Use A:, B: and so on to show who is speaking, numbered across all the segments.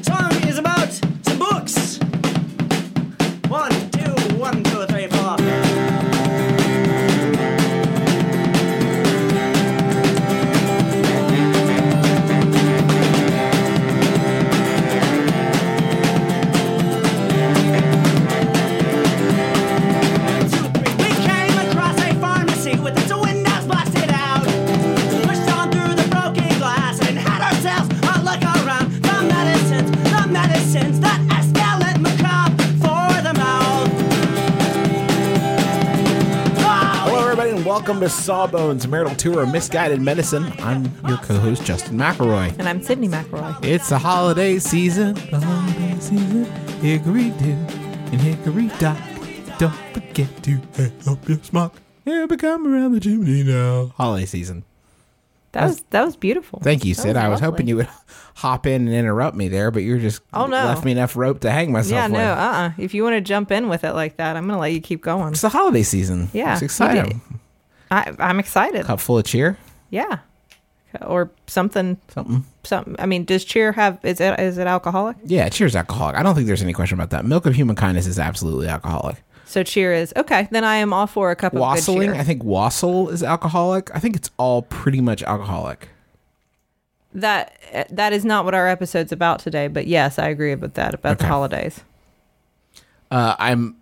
A: Song is about some books. One, two, one, two, three, four. We came across a pharmacy with its windows blasted out. Pushed on through the broken glass and had ourselves a look around. The medicines, the medicines that Estelle macabre for the mouth. Oh,
B: Hello, everybody, and welcome to Sawbones Marital Tour of Misguided Medicine. I'm your co host, Justin McElroy.
C: And I'm Sydney McElroy.
B: It's the holiday season, the holiday season. Hickory do and hickory dock. Don't forget to hang up your smock. Yeah, but come around the chimney now. Holiday season.
C: That was that was beautiful.
B: Thank you,
C: That
B: Sid. I was
C: lovely.
B: hoping you would hop in and interrupt me there, but you just
C: Oh, no.
B: left me enough rope to hang myself
C: Yeah,
B: with.
C: no, uh, uh If you want to jump in with it like that, I'm gonna let you keep going.
B: It's the holiday season.
C: Yeah,
B: It's
C: you
B: exciting.
C: I, I'm excited.
B: Cup full of cheer.
C: Yeah, or something,
B: Something.
C: something. I mean, does cheer have? Is it is it alcoholic?
B: Yeah, cheer's alcoholic. I don't think there's any question about that. Milk of human kindness is absolutely alcoholic.
C: So cheer is okay. Then I am all for a cup of good
B: Wassailing,
C: cheer.
B: I think wassail is alcoholic. I think it's all pretty much alcoholic.
C: that eh, that is not what our episode's about today. But yes, I agree about that about the
B: Okay.
C: holidays.
B: Uh, I'm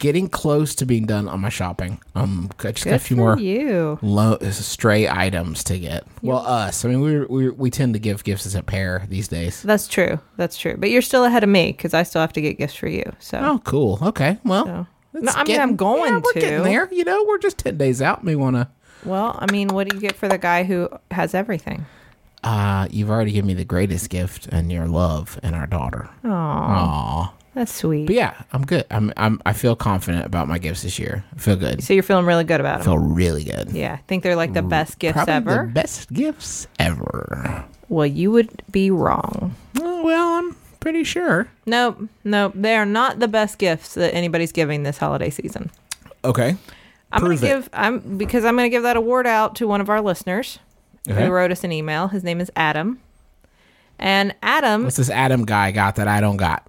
B: getting close to being done on my shopping. Um, I just got a
C: Good
B: few
C: for
B: more
C: you.
B: low, stray items to get. Well, us. I mean, we we we tend to give gifts as a pair these days.
C: That's true. That's true. But you're still ahead of me because I still have to get gifts for you. So
B: Oh, cool. Okay. Well,
C: So-
B: it's
C: No, I mean, I'm going
B: yeah, we're
C: to.
B: getting there. You know, we're just ten days out. We want to.
C: Well, I mean, what do you get for the guy who has everything?
B: Uh, you've already given me the greatest gift and your love and our daughter.
C: Aw,
B: Aw.
C: that's sweet.
B: But yeah, I'm good. I'm, I'm I feel confident about my gifts this year. I feel good.
C: So you're feeling really good about
B: I
C: them.
B: feel really good.
C: Yeah, I think they're like the best gifts
B: Mm, Probably
C: ever.
B: the best gifts ever.
C: well, you would be wrong.
B: Oh, well, I'm pretty sure.
C: Nope, nope. They are not the best gifts that anybody's giving this holiday season.
B: Okay.
C: I'm
B: Prove it.
C: gonna give I'm because I'm gonna give that award out to one of our listeners
B: Okay.
C: who wrote us an email. His name is Adam. And Adam
B: What's this Adam guy got that I don't got?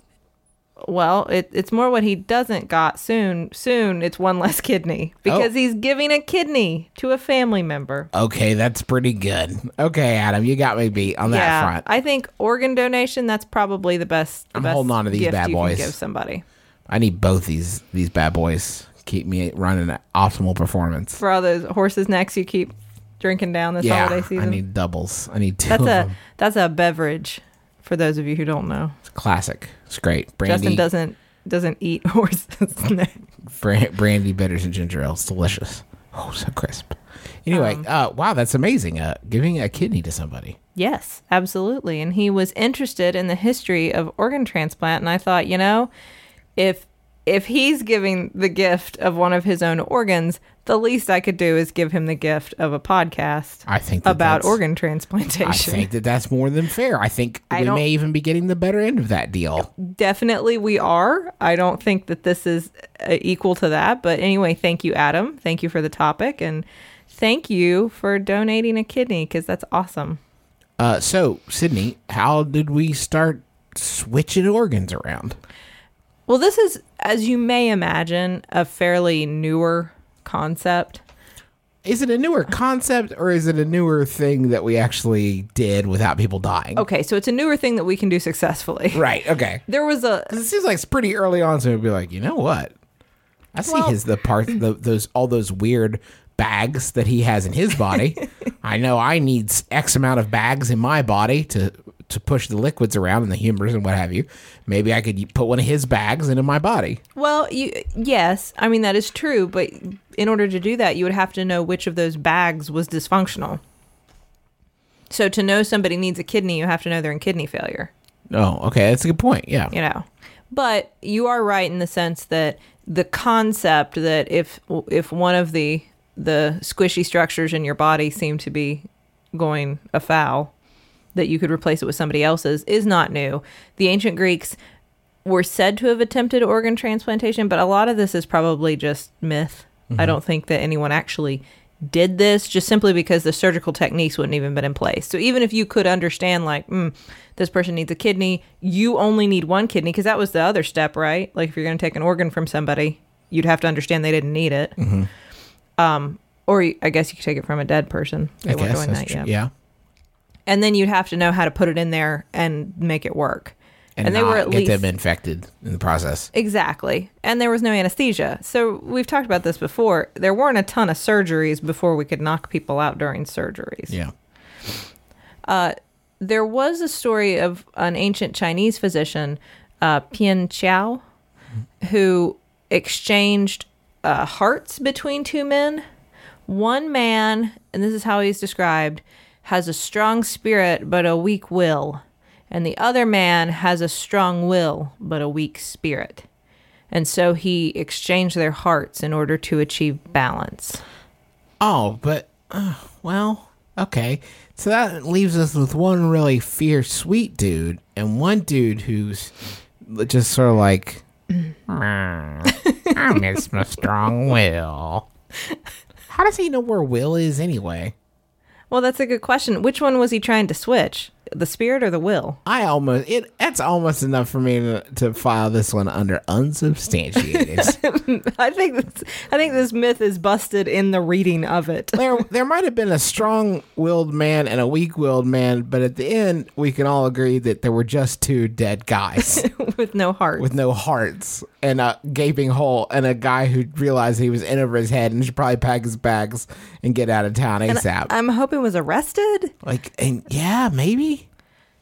C: Well, it, it's more what he doesn't got soon. Soon, it's one less kidney because
B: Oh.
C: he's giving a kidney to a family member.
B: Okay, that's pretty good. Okay, Adam, you got me beat on that front. I,
C: I think organ donation. That's probably the best. The
B: I'm
C: best
B: holding on to these
C: gift
B: bad
C: you
B: boys.
C: Can give somebody
B: need both these these bad boys. Keep me running at optimal performance.
C: for all those horses' necks you keep drinking down this
B: yeah,
C: holiday season.
B: I need doubles. I need two
C: that's
B: of
C: a
B: them.
C: that's a beverage for those of you who don't know.
B: It's classic. It's great. Brandy,
C: Justin doesn't doesn't eat horses' neck.
B: Bra- brandy bitters and ginger ale. It's delicious. Oh, so crisp. Anyway,
C: Um,
B: uh, wow, that's amazing. Uh, giving a kidney to somebody.
C: Yes, absolutely. And he was interested in the history of organ transplant and I thought, you know, if if he's giving the gift of one of his own organs, the least I could do is give him the gift of a podcast
B: I think that
C: about
B: that's-
C: organ
B: I
C: transplantation.
B: think that that's more than fair. I think
C: I
B: we
C: don't-
B: may even be getting the better end of that deal.
C: Definitely we are. I don't think that this is uh, equal to that, but anyway, thank you Adam. Thank you for the topic and thank you for donating a kidney cuz that's awesome.
B: Uh, so, Sydney, how did we start switching organs around?
C: Well, this is, as you may imagine, a fairly newer concept.
B: Is it a newer concept or is it a newer thing that we actually did without people dying?
C: Okay, so it's a newer thing that we can do successfully.
B: Right. Okay.
C: There was a
B: It seems like it's pretty early on, so it'd be like, you know what? I see
C: Well-
B: his the part the, those all those weird bags that he has in his body. I know I need X amount of bags in my body to to push the liquids around and the humors and what have you. Maybe I could put one of his bags into my body.
C: well, you yes, I mean that is true, but in order to do that, you would have to know which of those bags was dysfunctional. So to know somebody needs a kidney, you have to know they're in kidney failure,
B: Oh, okay, that's a good point. Yeah.
C: you know. But you are right in the sense that the concept that if if one of the the squishy structures in your body seem to be going afoul, that you could replace it with somebody else's is not new. The ancient Greeks were said to have attempted organ transplantation, but a lot of this is probably just myth.
B: Mm-hmm.
C: I don't think that anyone actually did this just simply because the surgical techniques wouldn't even been in place. So even if you could understand like, mm, this person needs a kidney, you only need one kidney because that was the other step, right? Like if you're going to take an organ from somebody, you'd have to understand they didn't need it.
B: Mm-hmm.
C: Um, or you- I guess you could take it from a dead person. They
B: I
C: weren't
B: guess
C: doing
B: that's
C: that
B: true.
C: yet
B: Yeah.
C: and then you'd have to know how to put it in there and make it work. And, they were
B: not
C: at
B: get
C: least
B: them infected in the process.
C: exactly, and there was no anesthesia. So we've talked about this before. There weren't a ton of surgeries before we could knock people out during surgeries.
B: Yeah.
C: There was a story of an ancient Chinese physician, uh, Pian Chao, who exchanged uh, hearts between two men. One man, and this is how he's described, has a strong spirit but a weak will, and the other man has a strong will but a weak spirit. And so he exchanged their hearts in order to achieve balance.
B: Oh, but uh, well, okay. So that leaves us with one really fierce, sweet dude, and one dude who's just sort of like, "Mm, I miss my strong will. How does he know where Will is anyway?
C: Well, that's a good question. Which one was he trying to switch? The spirit or the will?
B: I almost it. That's almost enough for me to, to file this one under unsubstantiated.
C: I think this, I think this myth is busted in the reading of it.
B: there there might have been a strong-willed man and a weak-willed man, but at the end, we can all agree that there were just two dead guys
C: with no heart.
B: with no hearts and a gaping hole, and a guy who realized he was in over his head and should probably pack his bags and get out of town asap.
C: I'm hoping was arrested.
B: like, and yeah, maybe.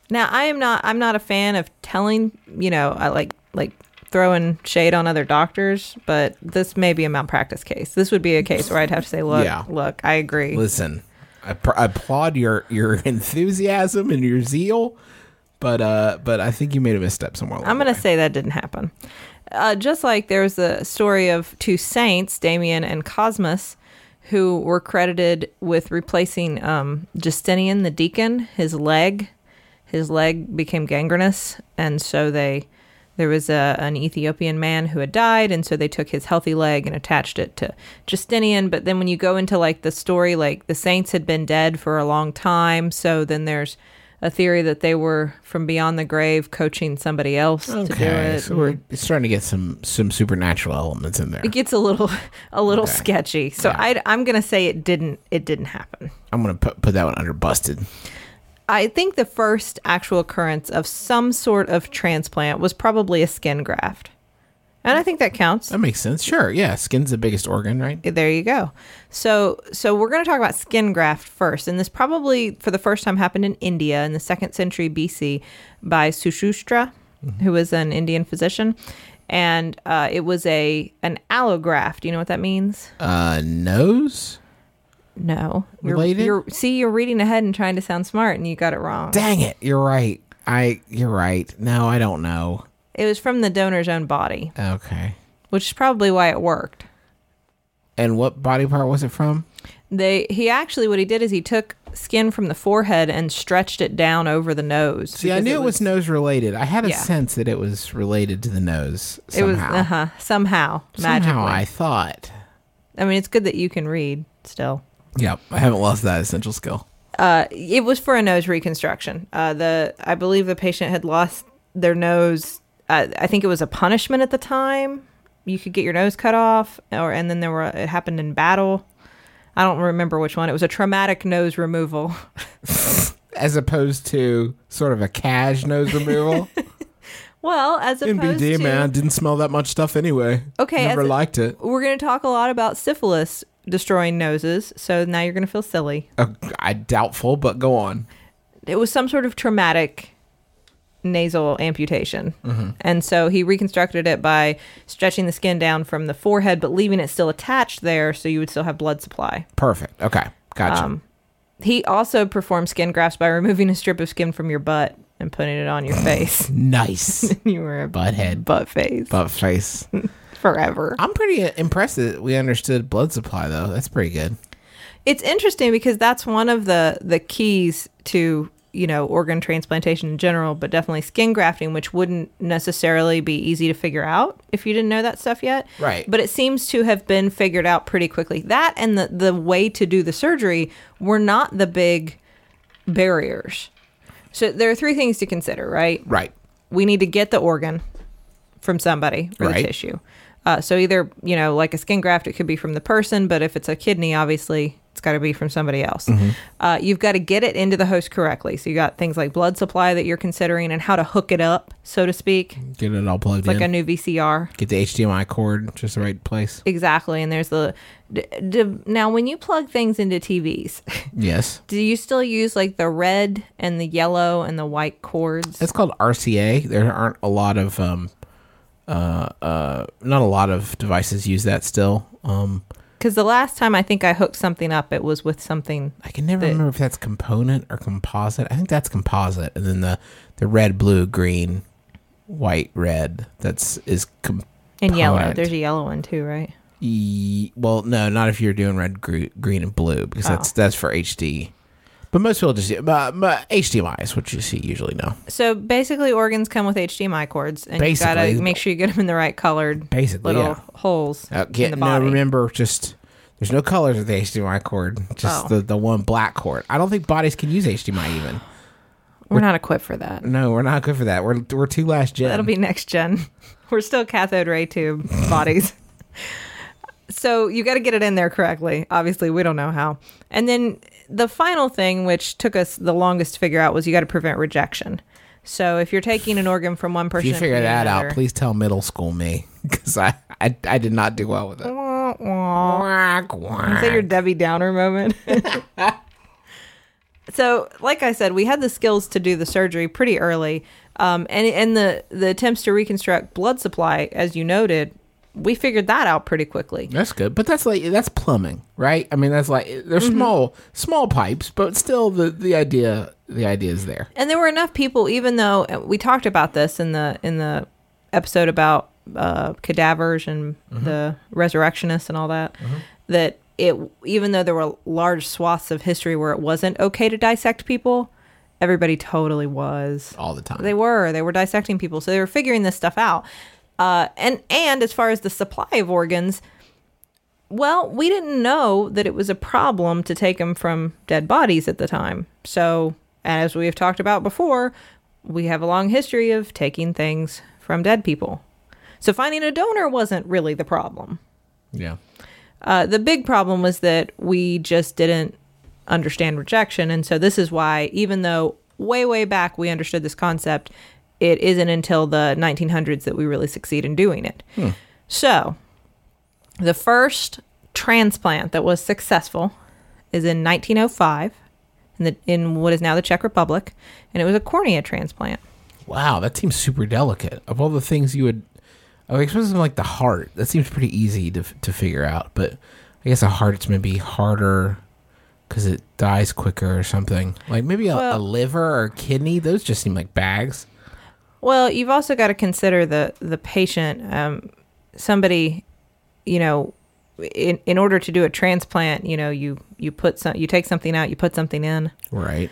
C: Now I am not I'm not a fan of telling, you know, I like like throwing shade on other doctors, but this may be a malpractice case. This would be a case where I'd have to say, look,
B: Yeah.
C: look, I agree.
B: Listen, I, pr- I applaud your your enthusiasm and your zeal, but uh, but I think you made a misstep somewhere. along
C: I'm
B: the
C: going
B: way.
C: to say that didn't happen. Uh, just like there was the story of two saints, Damien and Cosmas, who were credited with replacing um, Justinian the deacon, his leg. His leg became gangrenous, and so they there was a, an Ethiopian man who had died, and so they took his healthy leg and attached it to Justinian. But then when you go into like the story, like the saints had been dead for a long time, so then there's a theory that they were from beyond the grave coaching somebody else to do
B: Okay,
C: it.
B: so we're starting to get some some supernatural elements in there.
C: it gets a little a little
B: Okay.
C: sketchy. So I, I'm gonna say it didn't it didn't happen.
B: I'm gonna put put that one under busted.
C: I think the first actual occurrence of some sort of transplant was probably a skin graft, and I think that counts.
B: That makes sense. Sure. Yeah, skin's the biggest organ, right?
C: there you go. So so we're going to talk about skin graft first, and this probably for the first time happened in India in the second century BC by Sushustra,
B: Mm-hmm.
C: who was an Indian physician, and uh, it was a an allograft. You know what that means?
B: Uh, nose.
C: No, you're,
B: Related?
C: you're see you're reading ahead and trying to sound smart, and you got it wrong.
B: Dang it! You're right. I. You're right. No, I don't know.
C: It was from the donor's own body,
B: Okay.
C: which is probably why it worked.
B: And what body part was it from?
C: They he actually what he did is he took skin from the forehead and stretched it down over the nose.
B: See, I
C: because
B: knew it was, nose related. I had a
C: Yeah.
B: sense that it was related to the nose
C: It was
B: somehow.
C: uh huh somehow,
B: somehow
C: magically.
B: I thought.
C: I mean, it's good that you can read still.
B: Yep, I haven't lost that essential skill.
C: Uh, it was for a nose reconstruction. Uh, the I believe the patient had lost their nose. Uh, I think it was a punishment at the time. You could get your nose cut off, or and then there were it happened in battle. I don't remember which one. It was a traumatic nose removal.
B: As opposed to sort of a cash nose removal.
C: Well, as opposed
B: NBD
C: to
B: man didn't smell that much stuff anyway.
C: Okay,
B: never
C: as a-
B: liked it.
C: we're going to talk a lot about syphilis destroying noses. So now you're going to feel silly.
B: Uh, I doubtful, but go on.
C: it was some sort of traumatic nasal amputation. And so he reconstructed it by stretching the skin down from the forehead, but leaving it still attached there so you would still have blood supply.
B: Perfect. Okay, gotcha.
C: Um. He also performed skin grafts by removing a strip of skin from your butt and putting it on your face.
B: Nice.
C: you were a
B: Butthead.
C: butt face
B: Butt face.
C: forever.
B: I'm pretty impressed that we understood blood supply, though. That's pretty good.
C: It's interesting because that's one of the the keys to you know organ transplantation in general, but definitely skin grafting, which wouldn't necessarily be easy to figure out if you didn't know that stuff yet.
B: Right.
C: But it seems to have been figured out pretty quickly. That and the the way to do the surgery were not the big barriers. So there are three things to consider, right?
B: Right.
C: we need to get the organ from somebody or
B: Right.
C: the tissue. Uh, so either you know, like a skin graft, it could be from the person, but if it's a kidney, obviously it's got to be from somebody else. Uh, you've got to get it into the host correctly. So you got things like blood supply that you're considering and how to hook it up, so to speak,
B: Get it all plugged
C: like
B: in.
C: a new VCR.
B: Get the HDMI cord just the right place.
C: Exactly. And there's the d- d- now when you plug things into TVs,
B: Yes.
C: do you still use like the red and the yellow and the white cords?
B: It's called RCA. There aren't a lot of um uh uh not a lot of devices use that still. Um
C: Because the last time I think I hooked something up, it was with something
B: I can never remember if that's component or composite. I think that's composite, and then the the red, blue, green, white, red. That's is component.
C: And yellow. There's a yellow one too, right?
B: E- well, no, not if you're doing red, gr- green, and blue because
C: Oh.
B: that's that's for HD. But most people just uh, but, but HDMI is what you see usually now.
C: So basically, organs come with HDMI cords, and you gotta
B: Basically.
C: make sure you get them in the right colored
B: Basically,
C: little
B: yeah.
C: holes
B: Uh,
C: in
B: get,
C: the
B: no,
C: body.
B: remember just. There's no colors with the HDMI cord, just
C: Oh.
B: the, the one black cord. I don't think bodies can use HDMI even.
C: We're not equipped for that.
B: No, we're not good for that. We're we're too last gen.
C: That'll be next gen. We're still cathode ray tube bodies. So you got to get it in there correctly. Obviously, we don't know how. And then the final thing, which took us the longest to figure out, was you got to prevent rejection. So if you're taking an organ from one
B: If
C: person,
B: you
C: and
B: figure
C: putting it
B: that
C: in
B: out,
C: another-
B: please tell middle school me because I, I I did not do well with it.
C: Wah, wah.
B: Quack,
C: Is that your
B: quack.
C: Debbie Downer moment? so, like I said, we had the skills to do the surgery pretty early, um, and and the the attempts to reconstruct blood supply, as you noted, we figured that out pretty quickly.
B: That's good, but that's like that's plumbing, right? I mean, that's like they're
C: Mm-hmm.
B: small small pipes, but still the the idea the idea is there.
C: And there were enough people, even though uh, we talked about this in the in the episode about uh, cadavers and the resurrectionists and all that, that it even though there were large swaths of history where it wasn't okay to dissect people, everybody totally was.
B: all the time.
C: They were. They were dissecting people, so they were figuring this stuff out. Uh, and and as far as the supply of organs, well, we didn't know that it was a problem to take them from dead bodies at the time. So, as we have talked about before, we have a long history of taking things from dead people. So finding a donor wasn't really the problem.
B: yeah,
C: Uh, the big problem was that we just didn't understand rejection. And so this is why, even though way, way back we understood this concept, it isn't until the 1900s that we really succeed in doing it. So the first transplant that was successful is in 1905 in, the, in what is now the Czech Republic, and it was a cornea transplant.
B: wow, that seems super delicate. Of all the things you would, oh, especially something like the heart, that seems pretty easy to f- to figure out. But I guess a heart it's maybe harder because it dies quicker or something. Like maybe a, a
C: Well-
B: liver or kidney, those just seem like bags.
C: Well, you've also got to consider the the patient, um, somebody, you know, in in order to do a transplant, you know, you you put some, you take something out, you put something in.
B: Right.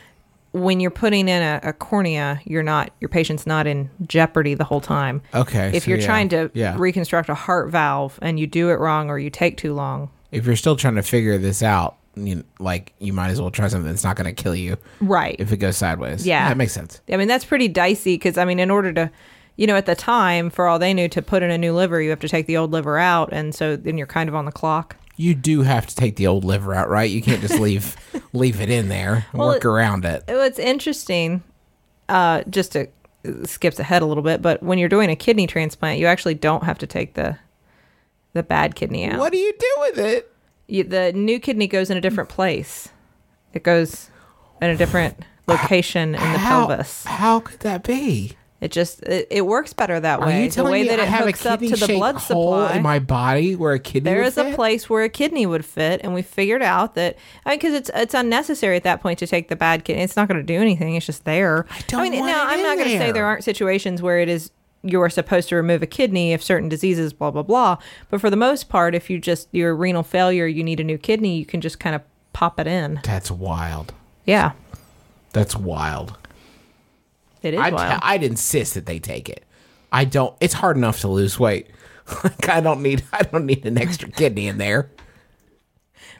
C: When you're putting in a, a cornea, you're not your patient's not in jeopardy the whole time.
B: Okay.
C: If
B: so
C: you're
B: yeah,
C: trying to
B: yeah,
C: reconstruct a heart valve and you do it wrong or you take too long,
B: if you're still trying to figure this out, you, like you might as well try something that's not going to kill you
C: right?
B: if it goes sideways.
C: Yeah.
B: that makes sense.
C: I mean, that's pretty dicey because, I mean, in order to, you know, at the time, for all they knew, to put in a new liver, you have to take the old liver out. And so then you're kind of on the clock.
B: You do have to take the old liver out, right? You can't just leave leave it in there and
C: Well,
B: work
C: it-
B: around it.
C: What's interesting, uh, just to it skips ahead a little bit, but when you're doing a kidney transplant, you actually don't have to take the the bad kidney out.
B: What do you do with it?
C: You, the new kidney goes in a different place. It goes in a different location in the
B: how,
C: pelvis.
B: How could that be?
C: It just it, it works better that
B: Are
C: way.
B: you telling
C: the way
B: me
C: that
B: I
C: it
B: have a
C: hooks up
B: kidney
C: to the
B: shaped
C: blood
B: hole
C: supply.
B: in my body where a kidney
C: there
B: would
C: is a
B: fit?
C: place where a kidney would fit, and we figured out that I mean, because it's it's unnecessary at that point to take the bad kidney. It's not going to do anything. It's just there. I
B: don't
C: mean,
B: want
C: now
B: it
C: I'm
B: in
C: not to say
B: there.
C: there aren't situations where it is you are supposed to remove a kidney if certain diseases, blah blah blah. But for the most part, if you just your renal failure, you need a new kidney. You can just kind of pop it in.
B: That's wild.
C: Yeah,
B: That's wild.
C: it is
B: I'd,
C: wild.
B: I'd insist that they take it. I don't. It's hard enough to lose weight. like I don't need. I don't need an extra kidney in there.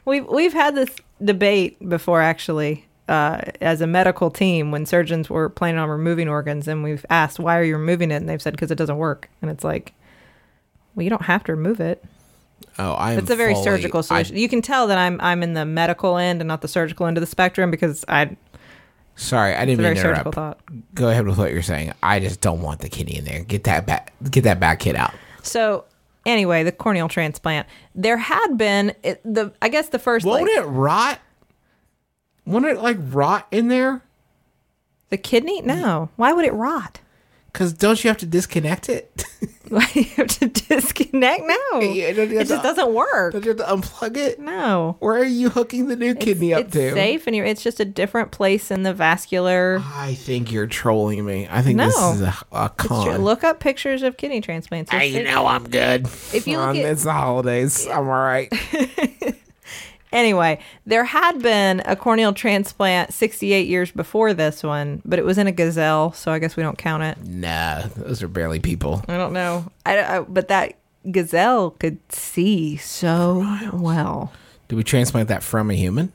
C: We've we've had this debate before, actually, uh, as a medical team when surgeons were planning on removing organs, and we've asked why are you removing it, and they've said because it doesn't work, and it's like, well, you don't have to remove it.
B: Oh, I. am
C: It's a very
B: fully-
C: surgical solution. you can tell that I'm I'm in the medical end and not the surgical end of the spectrum because I
B: I, sorry, I didn't
C: it's a
B: mean
C: very
B: to
C: surgical
B: interrupt.
C: thought.
B: Go ahead with what you're saying. I just don't want the kidney in there. Get that back. Get that back kid out.
C: So anyway, the corneal transplant. There had been it, the I guess the first
B: Won't
C: like,
B: it rot? Won't it like rot in there?
C: the kidney. No, why would it rot?
B: Because don't you have to disconnect it?
C: Why do you have to disconnect? No,
B: Yeah, don't you have
C: it just
B: to-
C: doesn't work.
B: don't you have to unplug it?
C: No.
B: Where are you hooking the new kidney up
C: it's
B: to?
C: safe and you're, it's just a different place in the vascular.
B: I think you're trolling me. I think this
C: No.
B: is a, a con.
C: Look up pictures of kidney transplants.
B: Hey, you know I'm good.
C: If you look
B: Um,
C: at-
B: it's the holidays. I'm all right.
C: Anyway, there had been a corneal transplant 68 years before this one, but it was in a gazelle, so I guess we don't count it.
B: nah, those are barely people.
C: I don't know. I, I- but that gazelle could see so well.
B: Do we transplant that from a human?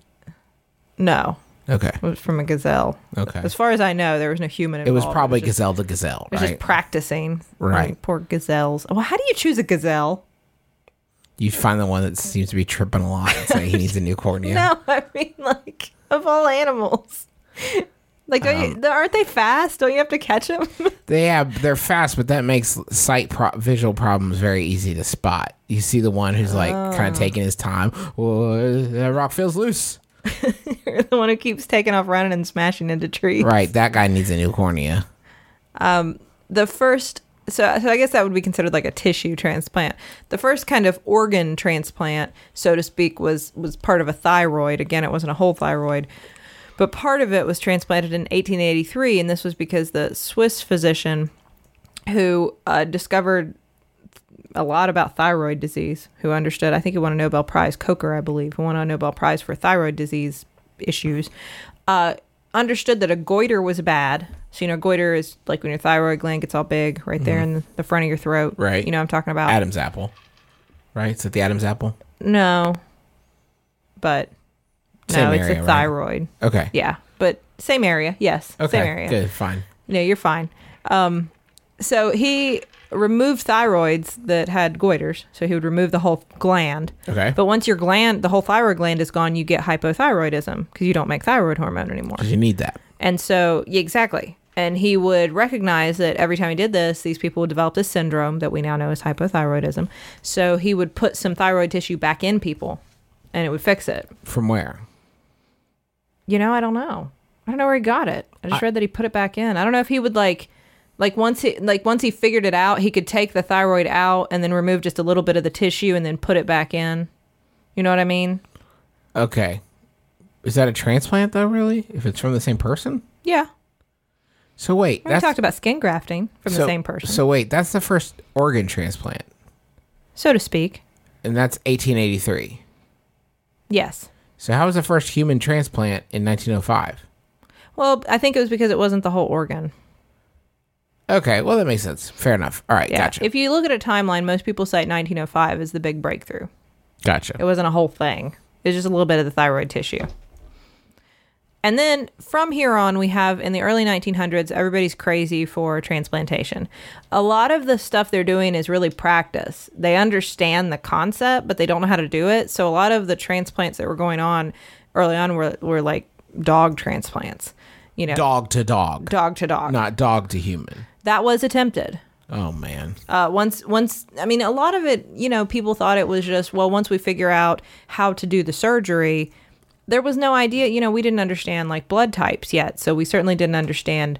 C: No,
B: Okay.
C: it was from a gazelle.
B: Okay.
C: As far as I know, there was no human
B: It
C: involved.
B: was probably
C: just,
B: gazelle to gazelle,
C: it was
B: right?
C: just practicing.
B: Right.
C: Like, poor gazelles. Well, how do you choose a gazelle?
B: you find the one that seems to be tripping a lot and say he needs a new cornea.
C: No, I mean like of all animals. Like, are
B: Um,
C: you, aren't they fast? Don't you have to catch them?
B: They have, they're fast, but that makes sight pro- visual problems very easy to spot. You see the one who's like
C: Oh.
B: kind of taking his time. Well, that rock feels loose.
C: You're the one who keeps taking off running and smashing into trees.
B: Right. That guy needs a new cornea.
C: The first, so, so I guess that would be considered like a tissue transplant. The first kind of organ transplant, so to speak, was was part of a thyroid. Again, it wasn't a whole thyroid. But part of it was transplanted in 1883, and this was because the Swiss physician who uh, discovered a lot about thyroid disease, who understood, I think he won a Nobel Prize, Coker, I believe, who won a Nobel Prize for thyroid disease issues, uh, understood that a goiter was bad. So, you know, goiter is like when your thyroid gland gets all big right there in the front of your throat.
B: Mm-hmm. Right.
C: You know what I'm talking about?
B: Adam's apple. Right? Is it the Adam's apple?
C: No. But
B: Same
C: no, it's
B: area,
C: a
B: right?
C: thyroid.
B: Okay.
C: Yeah. But same area. Yes.
B: Okay.
C: Same area.
B: Good. Fine.
C: No, you're fine. Um, so he removed thyroids that had goiters. So he would remove the whole gland.
B: Okay.
C: But once your gland, the whole thyroid gland is gone, you get hypothyroidism because you don't make thyroid hormone anymore.
B: You need that.
C: And so, yeah, exactly. And he would recognize that every time he did this, these people would develop this syndrome that we now know as hypothyroidism. So he would put some thyroid tissue back in people and it would fix it.
B: From where?
C: You know, I don't know. I don't know where he got it. I just read that he put it back in. I don't know if he would like like once he like once he figured it out, he could take the thyroid out and then remove just a little bit of the tissue and then put it back in. You know what I mean?
B: Okay. Is that a transplant though? Really? If it's from the same person?
C: Yeah.
B: So wait,
C: We talked about skin grafting from
B: so-
C: the same person. So,
B: So wait, that's the first organ transplant,
C: so to speak.
B: and that's 1883.
C: Yes.
B: So how was the first human transplant in 1905?
C: Well, I think it was because it wasn't the whole organ.
B: Okay, well that makes sense. Fair enough. All right,
C: Yeah.
B: gotcha.
C: If you look at a timeline, most people cite 1905 as the big breakthrough. It
B: gotcha.
C: wasn't a whole thing. It was just a little bit of the thyroid tissue. And then from here on, we have in the early 1900s, everybody's crazy for transplantation. A lot of the stuff they're doing is really practice. They understand the concept, but they don't know how to do it. So a lot of the transplants that were going on early on were, were like dog transplants, you know,
B: Dog to dog,
C: dog to dog.
B: not dog to human.
C: That was attempted
B: Oh man.
C: uh, once once I mean a lot of it you know people thought it was just well once we figure out how to do the surgery there was no idea you know we didn't understand like blood types yet so we certainly didn't understand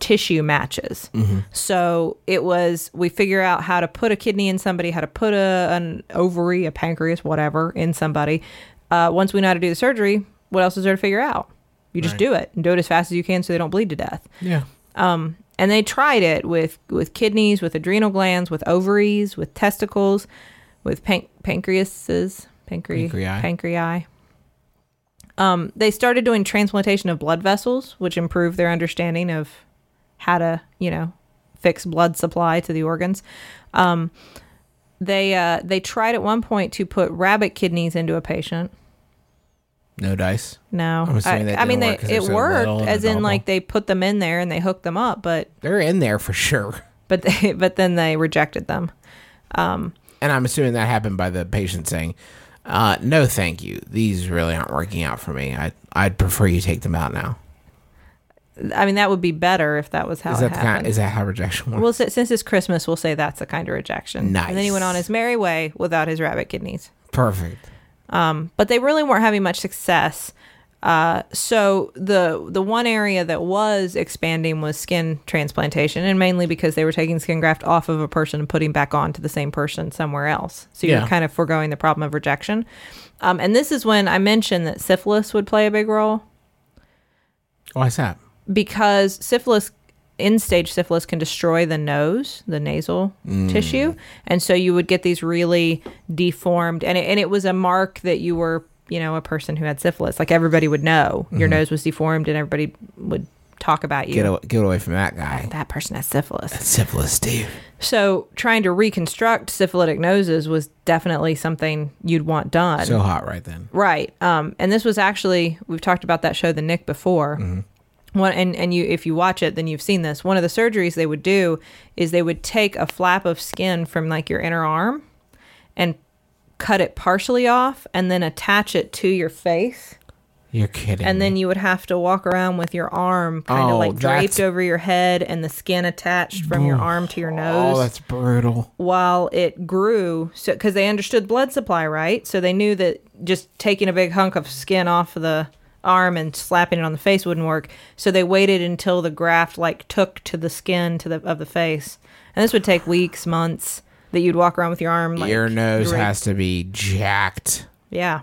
C: tissue matches. So it was we figure out how to put a kidney in somebody, how to put a, an ovary, a pancreas, whatever in somebody. Uh, once we know how to do the surgery, what else is there to figure out? You just do it and do it as fast as you can so they don't bleed to death
D: Yeah.
C: and they tried it with with kidneys, with adrenal glands, with ovaries, with testicles, with pan- pancreases, pancre-
D: Pancreae.
C: pancreae. Um, they started doing transplantation of blood vessels, which improved their understanding of how to, you know, fix blood supply to the organs. Um, they uh, they tried at one point to put rabbit kidneys into a patient.
D: No dice.
C: No,
D: I'm assuming that
C: I, I mean
D: didn't
C: they,
D: work 'cause they're
C: it
D: so
C: worked,
D: little and
C: as in
D: adorable.
C: like they put them in there and they hooked them up, but
D: They're in there for sure.
C: but they but then they rejected them.
D: And I'm assuming that happened by the patient saying, uh, no, thank you. These really aren't working out for me. I, I'd prefer you take them out now.
C: I mean, that would be better if that was how
D: Is
C: it
D: that, the
C: happened.
D: kind, is that how rejection works?
C: well, si- since it's Christmas, we'll say that's the kind of rejection. And then he went on
D: Nice.
C: his merry way without his rabbit kidneys.
D: Perfect.
C: But they really weren't having much success. Uh, so the the one area that was expanding was skin transplantation, and mainly because they were taking skin graft off of a person and putting back onto the same person somewhere else. So you're
D: Yeah.
C: kind of foregoing the problem of rejection. Um, and this is when I mentioned that syphilis would play a big role.
D: Why's that?
C: because syphilis end stage syphilis can destroy the nose the nasal tissue and so you would get these really deformed and it, and it was a mark that you were you know a person who had syphilis like everybody would know your nose was deformed and everybody would talk about you
D: Get, away, get away from that guy.
C: that person has syphilis
D: Syphilis, Steve.
C: so trying to reconstruct syphilitic noses was definitely something you'd want done
D: So hot right then.
C: Right. Um, and this was actually we've talked about that show, The Nick, before.
D: Mm-hmm.
C: One and and you if you watch it, then you've seen this. One of the surgeries they would do is they would take a flap of skin from like your inner arm and cut it partially off and then attach it to your face
D: You're kidding.
C: and then you would have to walk around with your arm kind of
D: Mm-hmm. Oh,
C: like
D: that's-
C: draped over your head and the skin attached from your arm to your nose
D: Oh, that's brutal.
C: while it grew so because they understood blood supply right so they knew that just taking a big hunk of skin off of the arm and slapping it on the face wouldn't work so they waited until the graft like took to the skin to the of the face and this would take weeks months that you'd walk around with your arm like
D: Your nose
C: draped-
D: has to be jacked.
C: yeah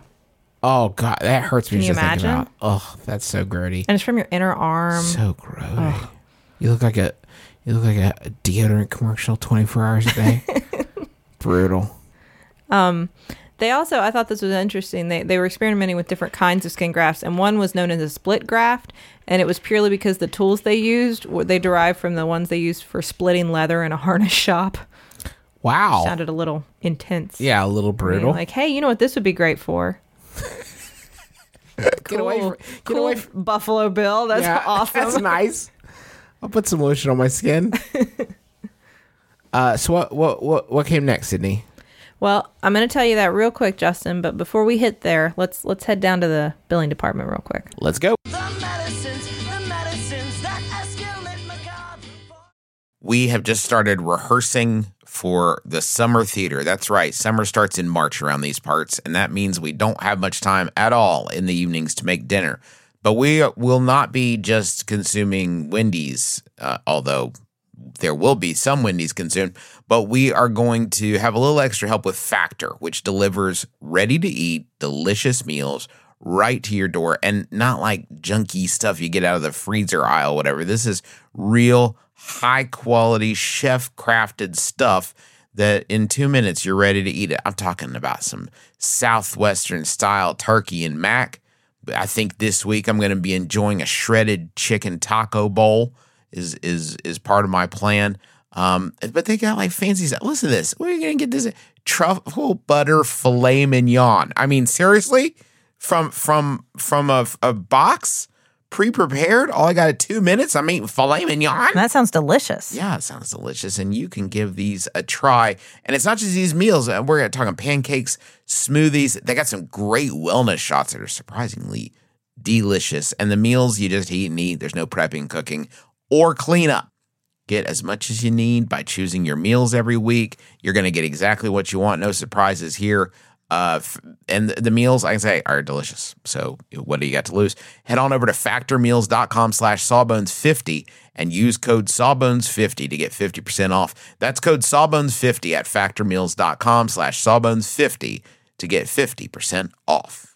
D: Oh god, that hurts me
C: Can you
D: just thinking about.
C: imagine?
D: Oh, that's so grody.
C: and it's from your inner arm
D: So grody. You look like a you look like a deodorant commercial 24 hours a day. Brutal.
C: They also, I thought this was interesting. They, they were experimenting with different kinds of skin grafts, and one was known as a split graft, and it was purely because the tools they used were they derived from the ones they used for splitting leather in a harness shop.
D: Wow.
C: Sounded a little intense.
D: yeah, a little
C: I mean,
D: brutal.
C: Like, hey, you know what this would be great for?
D: get away
C: Cool-
D: from get away
C: cool
D: from
C: Buffalo Bill. That's
D: yeah,
C: awesome.
D: That's nice. I'll put some lotion on my skin. uh so what what what what came next, Sydney?
C: Well, I'm going to tell you that real quick, Justin. But before we hit there, let's let's head down to the billing department real quick.
D: Let's go.
A: The medicines, the medicines that escalate macabre.
B: we have just started rehearsing for the summer theater. That's right. Summer starts in March around these parts, and that means we don't have much time at all in the evenings to make dinner. But we will not be just consuming Wendy's, uh, although there will be some Wendy's consumed, but we are going to have a little extra help with Factor, which delivers ready to eat, delicious meals right to your door and not like junky stuff you get out of the freezer aisle, whatever. This is real high quality, chef crafted stuff that in two minutes you're ready to eat it. I'm talking about some Southwestern style turkey and mac. But I think this week I'm going to be enjoying a shredded chicken taco bowl is is is part of my plan. Um, but they got like fancy stuff. Listen to this. Where are you going to get this truffle butter filet mignon? I mean, seriously, from from from a, a box pre prepared. All I got is two minutes. I'm eating filet mignon.
C: That sounds delicious.
B: Yeah, it sounds delicious. And you can give these a try. And it's not just these meals. uh, We're talking pancakes, smoothies. They got some great wellness shots that are surprisingly delicious. And the meals you just eat and eat, there's no prepping, cooking, or cleanup. Get as much as you need by choosing your meals every week. You're going to get exactly what you want. No surprises here. Uh, f- and the the meals I can say are delicious. So what do you got to lose? Head on over to factormeals.com slash sawbones50 and use code sawbones50 to get 50% off. That's code sawbones50 at factormeals.com slash sawbones50 to get 50% off.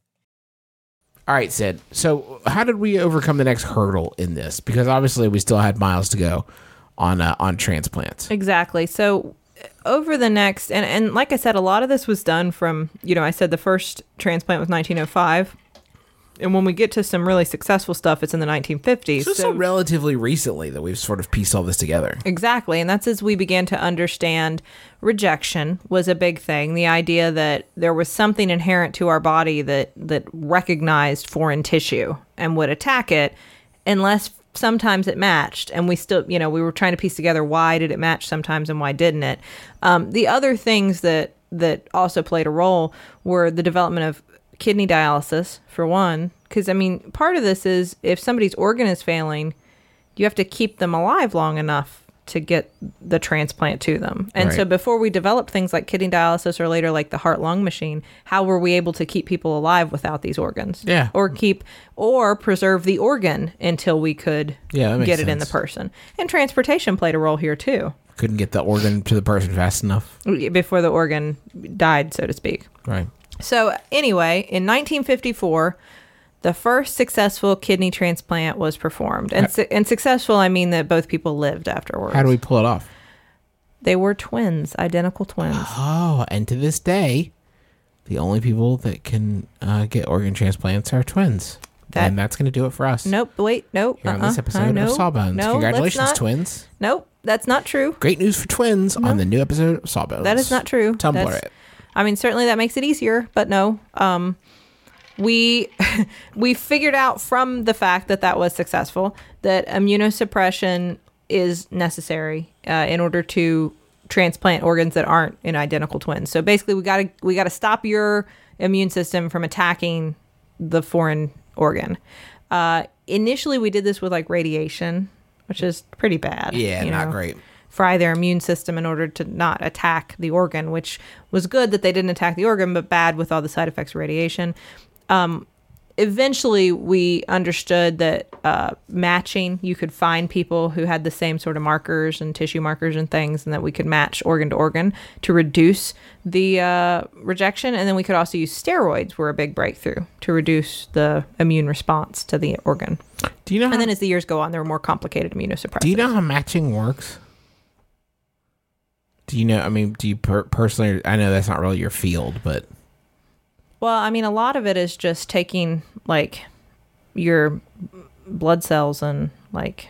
E: All right, Sid. So, how did we overcome the next hurdle in this? Because obviously, we still had miles to go on uh, on transplants.
C: Exactly. So uh, over the next, and, and like I said, a lot of this was done from, you know, I said the first transplant was 1905. And when we get to some really successful stuff, it's in the 1950s.
E: So, so
C: So-
E: relatively recently that we've sort of pieced all this together.
C: Exactly. And that's as we began to understand rejection was a big thing. The idea that there was something inherent to our body that that recognized foreign tissue and would attack it unless sometimes it matched and we still you know we were trying to piece together why did it match sometimes and why didn't it um, the other things that that also played a role were the development of kidney dialysis for one because i mean part of this is if somebody's organ is failing you have to keep them alive long enough to get the transplant to them. And so
E: Right.
C: before we developed things like kidney dialysis or later like the heart lung machine, how were we able to keep people alive without these organs?
E: Yeah.
C: Or keep or preserve the organ until we could
E: Yeah, that
C: get
E: makes
C: it in the
E: sense.
C: person. And transportation played a role here too
E: Couldn't get the organ to the person fast enough.
C: before the organ died, so to speak.
E: Right.
C: So, anyway, in 1954, the first successful kidney transplant was performed. And, su- and successful, I mean that both people lived afterwards.
E: How do we pull it off?
C: They were twins, identical twins.
E: Oh, and to this day, the only people that can uh, get organ transplants are twins.
C: That-
E: and that's going to do it for us.
C: Nope, wait, nope.
E: Here on
C: uh-uh,
E: this episode
C: uh,
E: of
C: no,
E: Sawbones.
C: no, let's
E: Congratulations,
C: not.
E: twins.
C: Nope, that's not true.
E: Great news for twins on the new episode of Sawbones.
C: That is not true.
E: Tumblr
C: That's-
E: it.
C: I mean, certainly that makes it easier, but no. Um, we we figured out from the fact that that was successful that immunosuppression is necessary uh, in order to transplant organs that aren't in identical twins. So basically, we gotta we gotta stop your immune system from attacking the foreign organ. Uh, initially, we did this with like radiation, which is pretty bad.
E: Yeah,
C: you
E: not
C: know?
E: great.
C: fry their immune system in order to not attack the organ, which was good that they didn't attack the organ, but bad with all the side effects of radiation. Um, eventually, we understood that uh, matching, you could find people who had the same sort of markers and tissue markers and things, and that we could match organ to organ to reduce the uh, rejection. And then we could also use steroids, were a big breakthrough to reduce the immune response to the organ.
E: Do you know? How,
C: And then as the years go on, there were more complicated immunosuppressants.
E: Uh-huh. do you know how matching works? Do you know? I mean, do you per- personally? I know that's not really your field, but
C: Well, I mean, a lot of it is just taking like your blood cells and like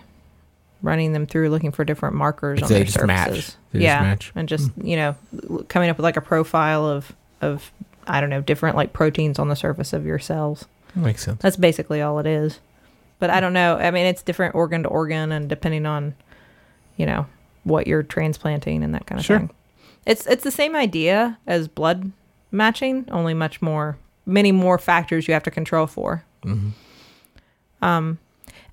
C: running them through, looking for different markers
E: So
C: on
E: they
C: their
E: just
C: surfaces.
E: match. They just
C: yeah,
E: match. Hmm.
C: and just you know, l- coming up with like a profile of of I don't know different like proteins on the surface of your cells.
E: makes sense.
C: That's basically all it is. But I don't know. I mean, it's different organ to organ, and depending on, you know, what you're transplanting and that kind of
E: Sure.
C: thing. It's it's the same idea as blood matching, only much more many more factors you have to control for. Um,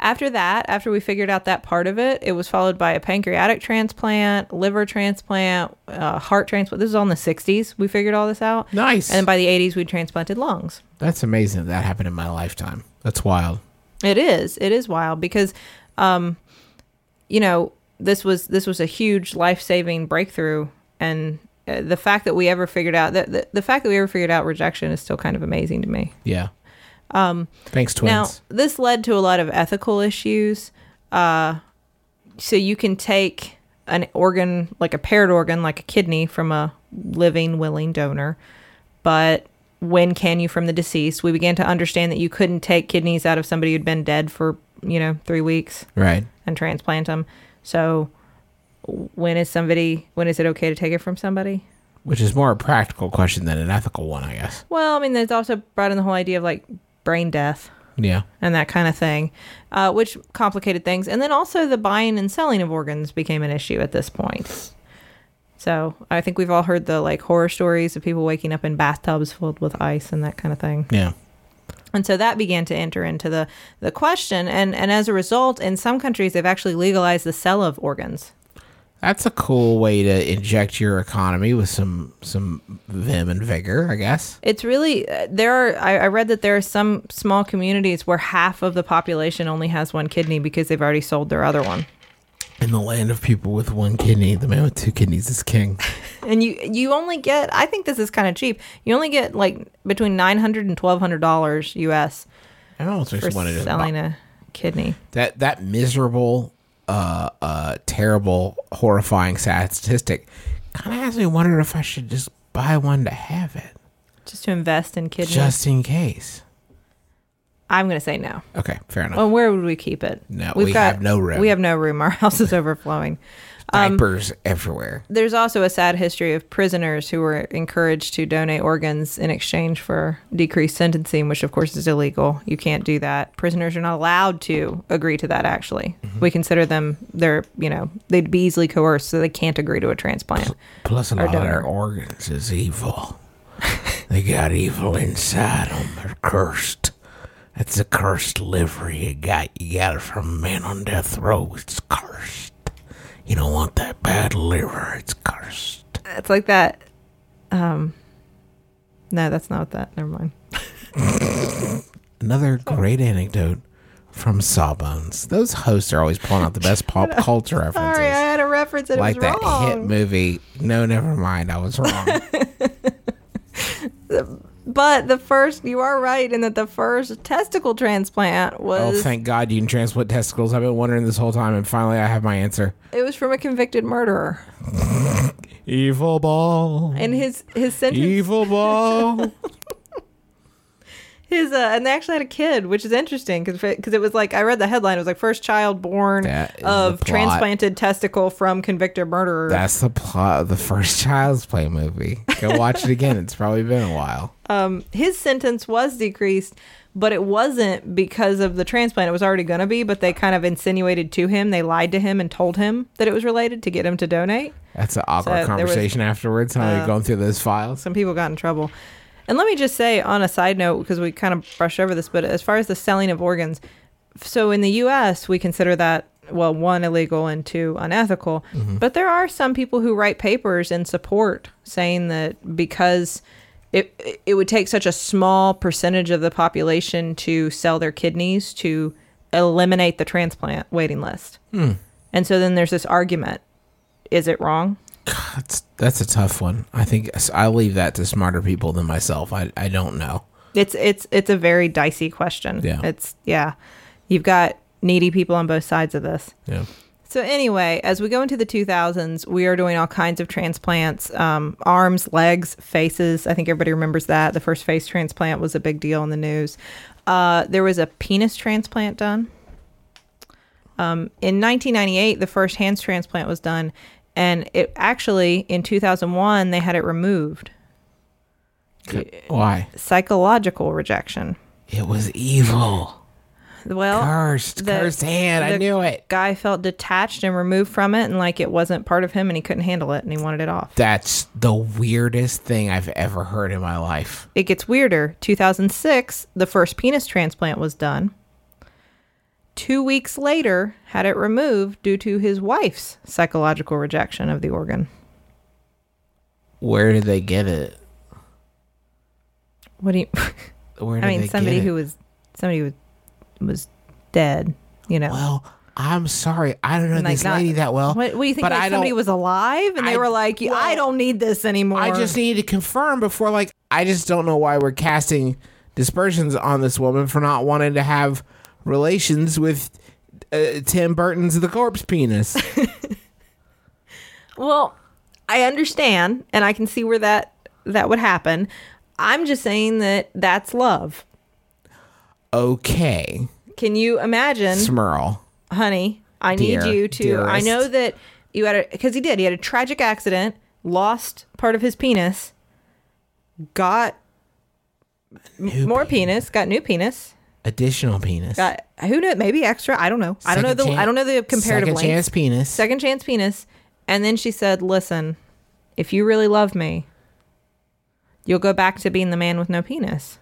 C: after that, after we figured out that part of it, it was followed by a pancreatic transplant, liver transplant, uh, heart transplant. This is all in the 60s. We figured all this out.
B: Nice.
C: And by the 80s, we transplanted lungs.
B: That's amazing that, that happened in my lifetime. That's wild.
C: It is. It is wild because, um, you know, this was this was a huge life saving breakthrough, and uh, the fact that we ever figured out that the, the fact that we ever figured out rejection is still kind of amazing to me.
B: Yeah. Um, Thanks,
C: Now,
B: twins.
C: this led to a lot of ethical issues. Uh, so you can take an organ, like a paired organ, like a kidney, from a living, willing donor, but when can you from the deceased? We began to understand that you couldn't take kidneys out of somebody who'd been dead for you know three weeks
B: right.
C: and transplant them. So when is somebody? When is it okay to take it from somebody?
B: Which is more a practical question than an ethical one, I guess.
C: Well, I mean, there's also brought in the whole idea of like brain death.
B: Yeah.
C: and that kind of thing, uh, which complicated things. And then also the buying and selling of organs became an issue at this point. So I think we've all heard the like horror stories of people waking up in bathtubs filled with ice and that kind of thing.
B: Yeah.
C: And so that began to enter into the the question. And and as a result, in some countries, they've actually legalized the sale of organs.
B: That's a cool way to inject your economy with some some vim and vigor, I guess.
C: It's really uh, there are. I, I read that there are some small communities where half of the population only has one kidney because they've already sold their other one.
B: In the land of people with one kidney, the man with two kidneys is king.
C: and you you only get i think this is kind of cheap you only get like between 900 and 1200 dollars us
B: I almost
C: for
B: just wanted to
C: selling a kidney
B: that that miserable, uh, uh, terrible, horrifying statistic kind of has me wondering if I should just buy one to have it,
C: just to invest in kidneys
B: just in case.
C: i'm gonna say no
B: Okay, fair enough.
C: well where would we keep it
B: No,
C: We've
B: we have no room.
C: we have no room our house is overflowing
B: Diapers everywhere.
C: there's also a sad history of prisoners who were encouraged to donate organs in exchange for decreased sentencing, which of course is illegal. You can't do that. Prisoners are not allowed to agree to that. Actually,
B: Mm-hmm.
C: we consider them they're you know they'd be easily coerced, so they can't agree to a transplant.
B: Plus, a lot of
C: donor.
B: their organs is evil. they got evil inside them. They're cursed. That's the cursed liver you got. You got it from a man on death row. It's cursed. You don't want that bad liver. It's cursed.
C: It's like that. Um, no, that's not that. Never mind.
B: Another great anecdote from Sawbones. Those hosts are always pulling out the best pop culture references.
C: Sorry, I had a reference that
B: like
C: was
B: that
C: wrong.
B: hit movie. No, never mind. I was wrong.
C: But the first, you are right in that the first testicle transplant
B: oh,
C: was
B: thank God you can transplant testicles. I've been wondering this whole time, and finally I have my answer.
C: it was from a convicted murderer.
B: Evil ball.
C: and his his sentence
B: Evil ball.
C: his uh, and they actually had a kid which is interesting because it was like i read the headline it was like first child born
B: That is the
C: of
B: plot.
C: transplanted testicle from convicted murderer
B: That's the plot of the first Child's Play movie. Go watch it again. It's probably been a while.
C: his sentence was decreased but it wasn't because of the transplant it was already going to be but they kind of insinuated to him they lied to him and told him that it was related to get him to donate
B: That's an awkward
C: So there was-
B: conversation afterwards. How are you going through those files?
C: some people got in trouble. And let me just say, on a side note, because we kind of brushed over this, but as far as the selling of organs, so in the U.S., we consider that well, one illegal and two unethical. But there are some people who write papers in support, saying that because it it would take such a small percentage of the population to sell their kidneys to eliminate the transplant waiting list. And so then there's this argument: is it wrong?
B: That's that's a tough one. I think I leave that to smarter people than myself. I I don't know.
C: It's it's it's a very dicey question.
B: Yeah.
C: It's yeah. You've got needy people on both sides of this.
B: Yeah.
C: So anyway, as we go into the 2000s, we are doing all kinds of transplants: um, arms, legs, faces. I think everybody remembers that the first face transplant was a big deal in the news. Uh, there was a penis transplant done. Um, in 1998, the first hands transplant was done, and it actually in 2001 they had it removed.
B: Why?
C: Psychological rejection.
B: It was evil.
C: Well,
B: Cursed,
C: the-
B: cursed hand. I
C: the
B: knew it.
C: Guy felt detached and removed from it, and like it wasn't part of him, and he couldn't handle it, and he wanted it off.
B: That's the weirdest thing I've ever heard in my life.
C: It gets weirder. 2006, the first penis transplant was done. Two weeks later, had it removed due to his wife's psychological rejection of the organ.
B: Where did they get it?
C: What do you?
B: Where did
C: I
B: they
C: mean, somebody
B: get it?
C: who was somebody who was dead. You know,
B: Well, I'm sorry, I don't know
C: Like
B: this
C: not-
B: lady that well.
C: What, what do you think?
B: but
C: like
B: I
C: somebody
B: don't-
C: was alive, and they
B: I-
C: were like, "I don't need this anymore."
B: I just needed to confirm before, like, I just don't know why we're casting dispersions on this woman for not wanting to have relations with uh, Tim Burton's The Corpse Penis.
C: Well, I understand and I can see where that that would happen. I'm just saying that that's love.
B: okay,
C: Can you imagine,
B: Smurl.
C: honey? I need
B: Dear,
C: you to I
B: dearest.
C: know that you had a cuz he did. He had a tragic accident, lost part of his penis, got more penis. got new penis.
B: Additional penis.
C: Got who knows, maybe extra, I don't know. I don't know
B: Second
C: the
B: chan-
C: I don't know the comparative
B: second
C: length.
B: chance penis.
C: second chance penis and then she said listen if you really love me you'll go back to being the man with no penis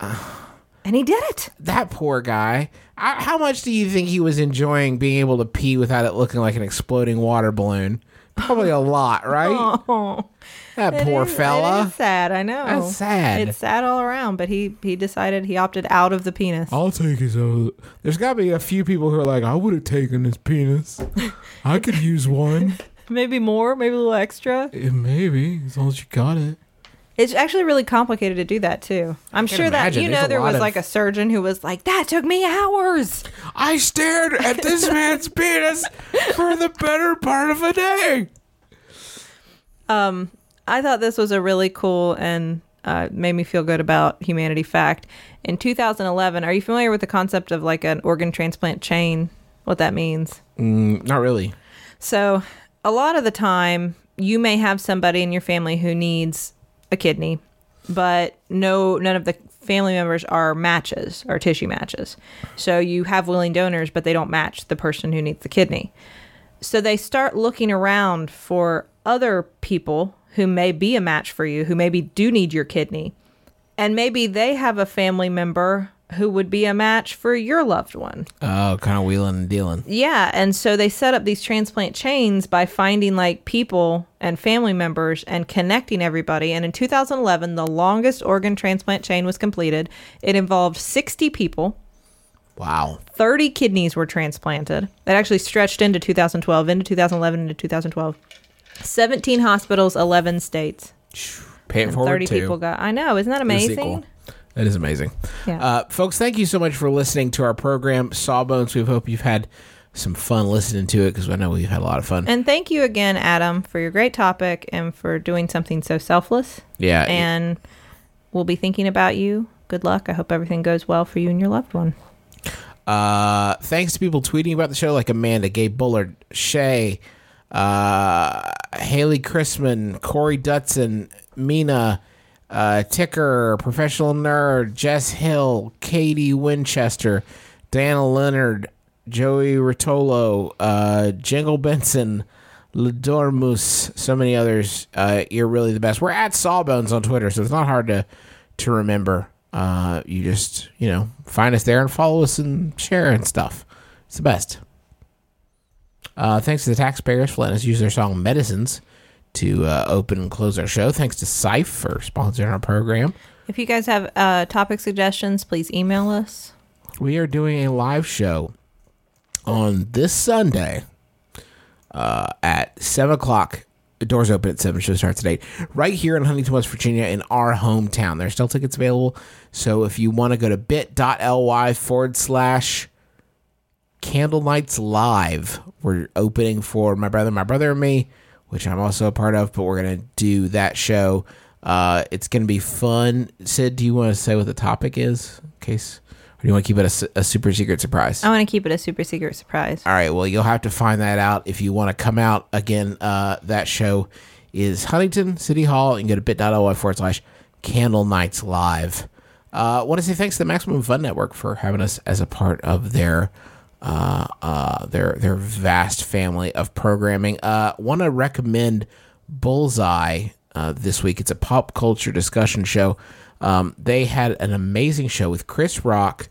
C: and he did it
B: that poor guy. I, how much do you think he was enjoying being able to pee without it looking like an exploding water balloon? Probably a lot, right?
C: oh
B: that poor
C: it is- it
B: fella.
C: is sad i know
B: That's sad.
C: it's sad all around but he he decided he opted out of the penis
B: I'll take his own. There's got to be a few people who are like, I would have taken his penis. I could use one.
C: maybe more maybe a little extra
B: Maybe, as long as you got it.
C: it's actually really complicated to do that too i'm sure that
B: imagine.
C: you
B: There's
C: know
B: a
C: there
B: lot
C: was
B: of-
C: like a surgeon who was like that took me hours
B: I stared at this man's penis for the better part of a day.
C: Um, I thought this was a really cool and uh, made me feel good about humanity fact. In 2011, are you familiar with the concept of like an organ transplant chain? What that means?
B: Not really.
C: So, a lot of the time, you may have somebody in your family who needs a kidney, but no, none of the family members are matches or tissue matches. So you have willing donors, but they don't match the person who needs the kidney. So they start looking around for other people who may be a match for you, who maybe do need your kidney, and maybe they have a family member who would be a match for your loved one.
B: Oh, kind of wheeling and dealing.
C: Yeah, and so they set up these transplant chains by finding like people and family members and connecting everybody. And in 2011, the longest organ transplant chain was completed. It involved 60 people.
B: Wow.
C: 30 kidneys were transplanted. That actually stretched into 2012, into 2011, into 2012. 17 hospitals, 11 states.
B: Pay it forward
C: 30
B: too.
C: people got. I know, isn't that
B: the
C: amazing?
B: sequel. That is amazing.
C: Yeah.
B: Uh, folks, thank you so much for listening to our program, Sawbones. We hope you've had some fun listening to it because I know we've had a lot of fun.
C: And thank you again, Adam, for your great topic and for doing something so selfless.
B: yeah.
C: and we'll be thinking about you. Good luck. I hope everything goes well for you and your loved one.
B: uh, thanks to people tweeting about the show like Amanda, Gabe Bullard, Shay, uh, Haley Chrisman, Corey Dutson, Mina, uh, Ticker, Professional Nerd, Jess Hill, Katie Winchester, Dana Leonard, Joey Rotolo, uh, Jingle Benson, Ludormus, so many others. Uh, you're really the best. We're at Sawbones on Twitter, so it's not hard to to remember. Uh, you just you know find us there and follow us and share and stuff. It's the best. Uh, thanks to the taxpayers for letting us use their song "Medicines" to uh, open and close our show. Thanks to Syfe for sponsoring our program.
C: If you guys have uh, topic suggestions, please email us.
B: we are doing a live show on this Sunday uh, at seven o'clock. The doors open at seven. Show starts at eight. Right here in Huntington, West Virginia, in our hometown. There's still tickets available. So if you want to go to bit.ly forward slash Candle Nights Live. We're opening for My Brother, My Brother and Me, which I'm also a part of, but we're going to do that show. Uh, it's going to be fun. Sid, do you want to say what the topic is? In case, or do you want to keep it a s- a, super secret surprise?
C: I want to keep it a super secret surprise.
B: All right. Well, you'll have to find that out if you want to come out again. Uh, that show is Huntington City Hall. You can go to bit.ly forward slash Candle Nights Live. Uh, Uh, want to say thanks to the Maximum Fun Network for having us as a part of their uh, uh, their their vast family of programming. Uh, want to recommend Bullseye uh, this week. It's a pop culture discussion show. Um, they had an amazing show with Chris Rock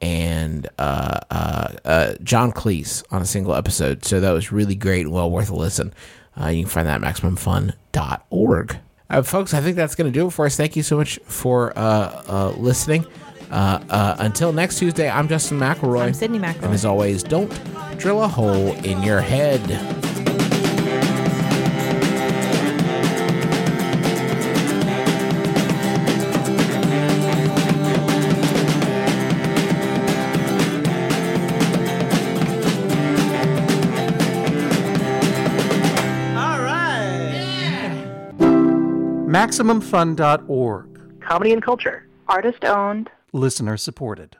B: and uh, uh, uh, John Cleese on a single episode. So that was really great and well worth a listen. Uh, you can find that at MaximumFun.org. Uh, folks, I think that's going to do it for us. Thank you so much for uh, uh, listening. Uh, uh, until next Tuesday, I'm Justin McElroy.
C: I'm Sydney McElroy.
B: And as always, don't drill a hole in your head.
A: All right.
F: MaximumFun.org.
G: comedy and culture.
H: Artist owned.
F: Listener supported.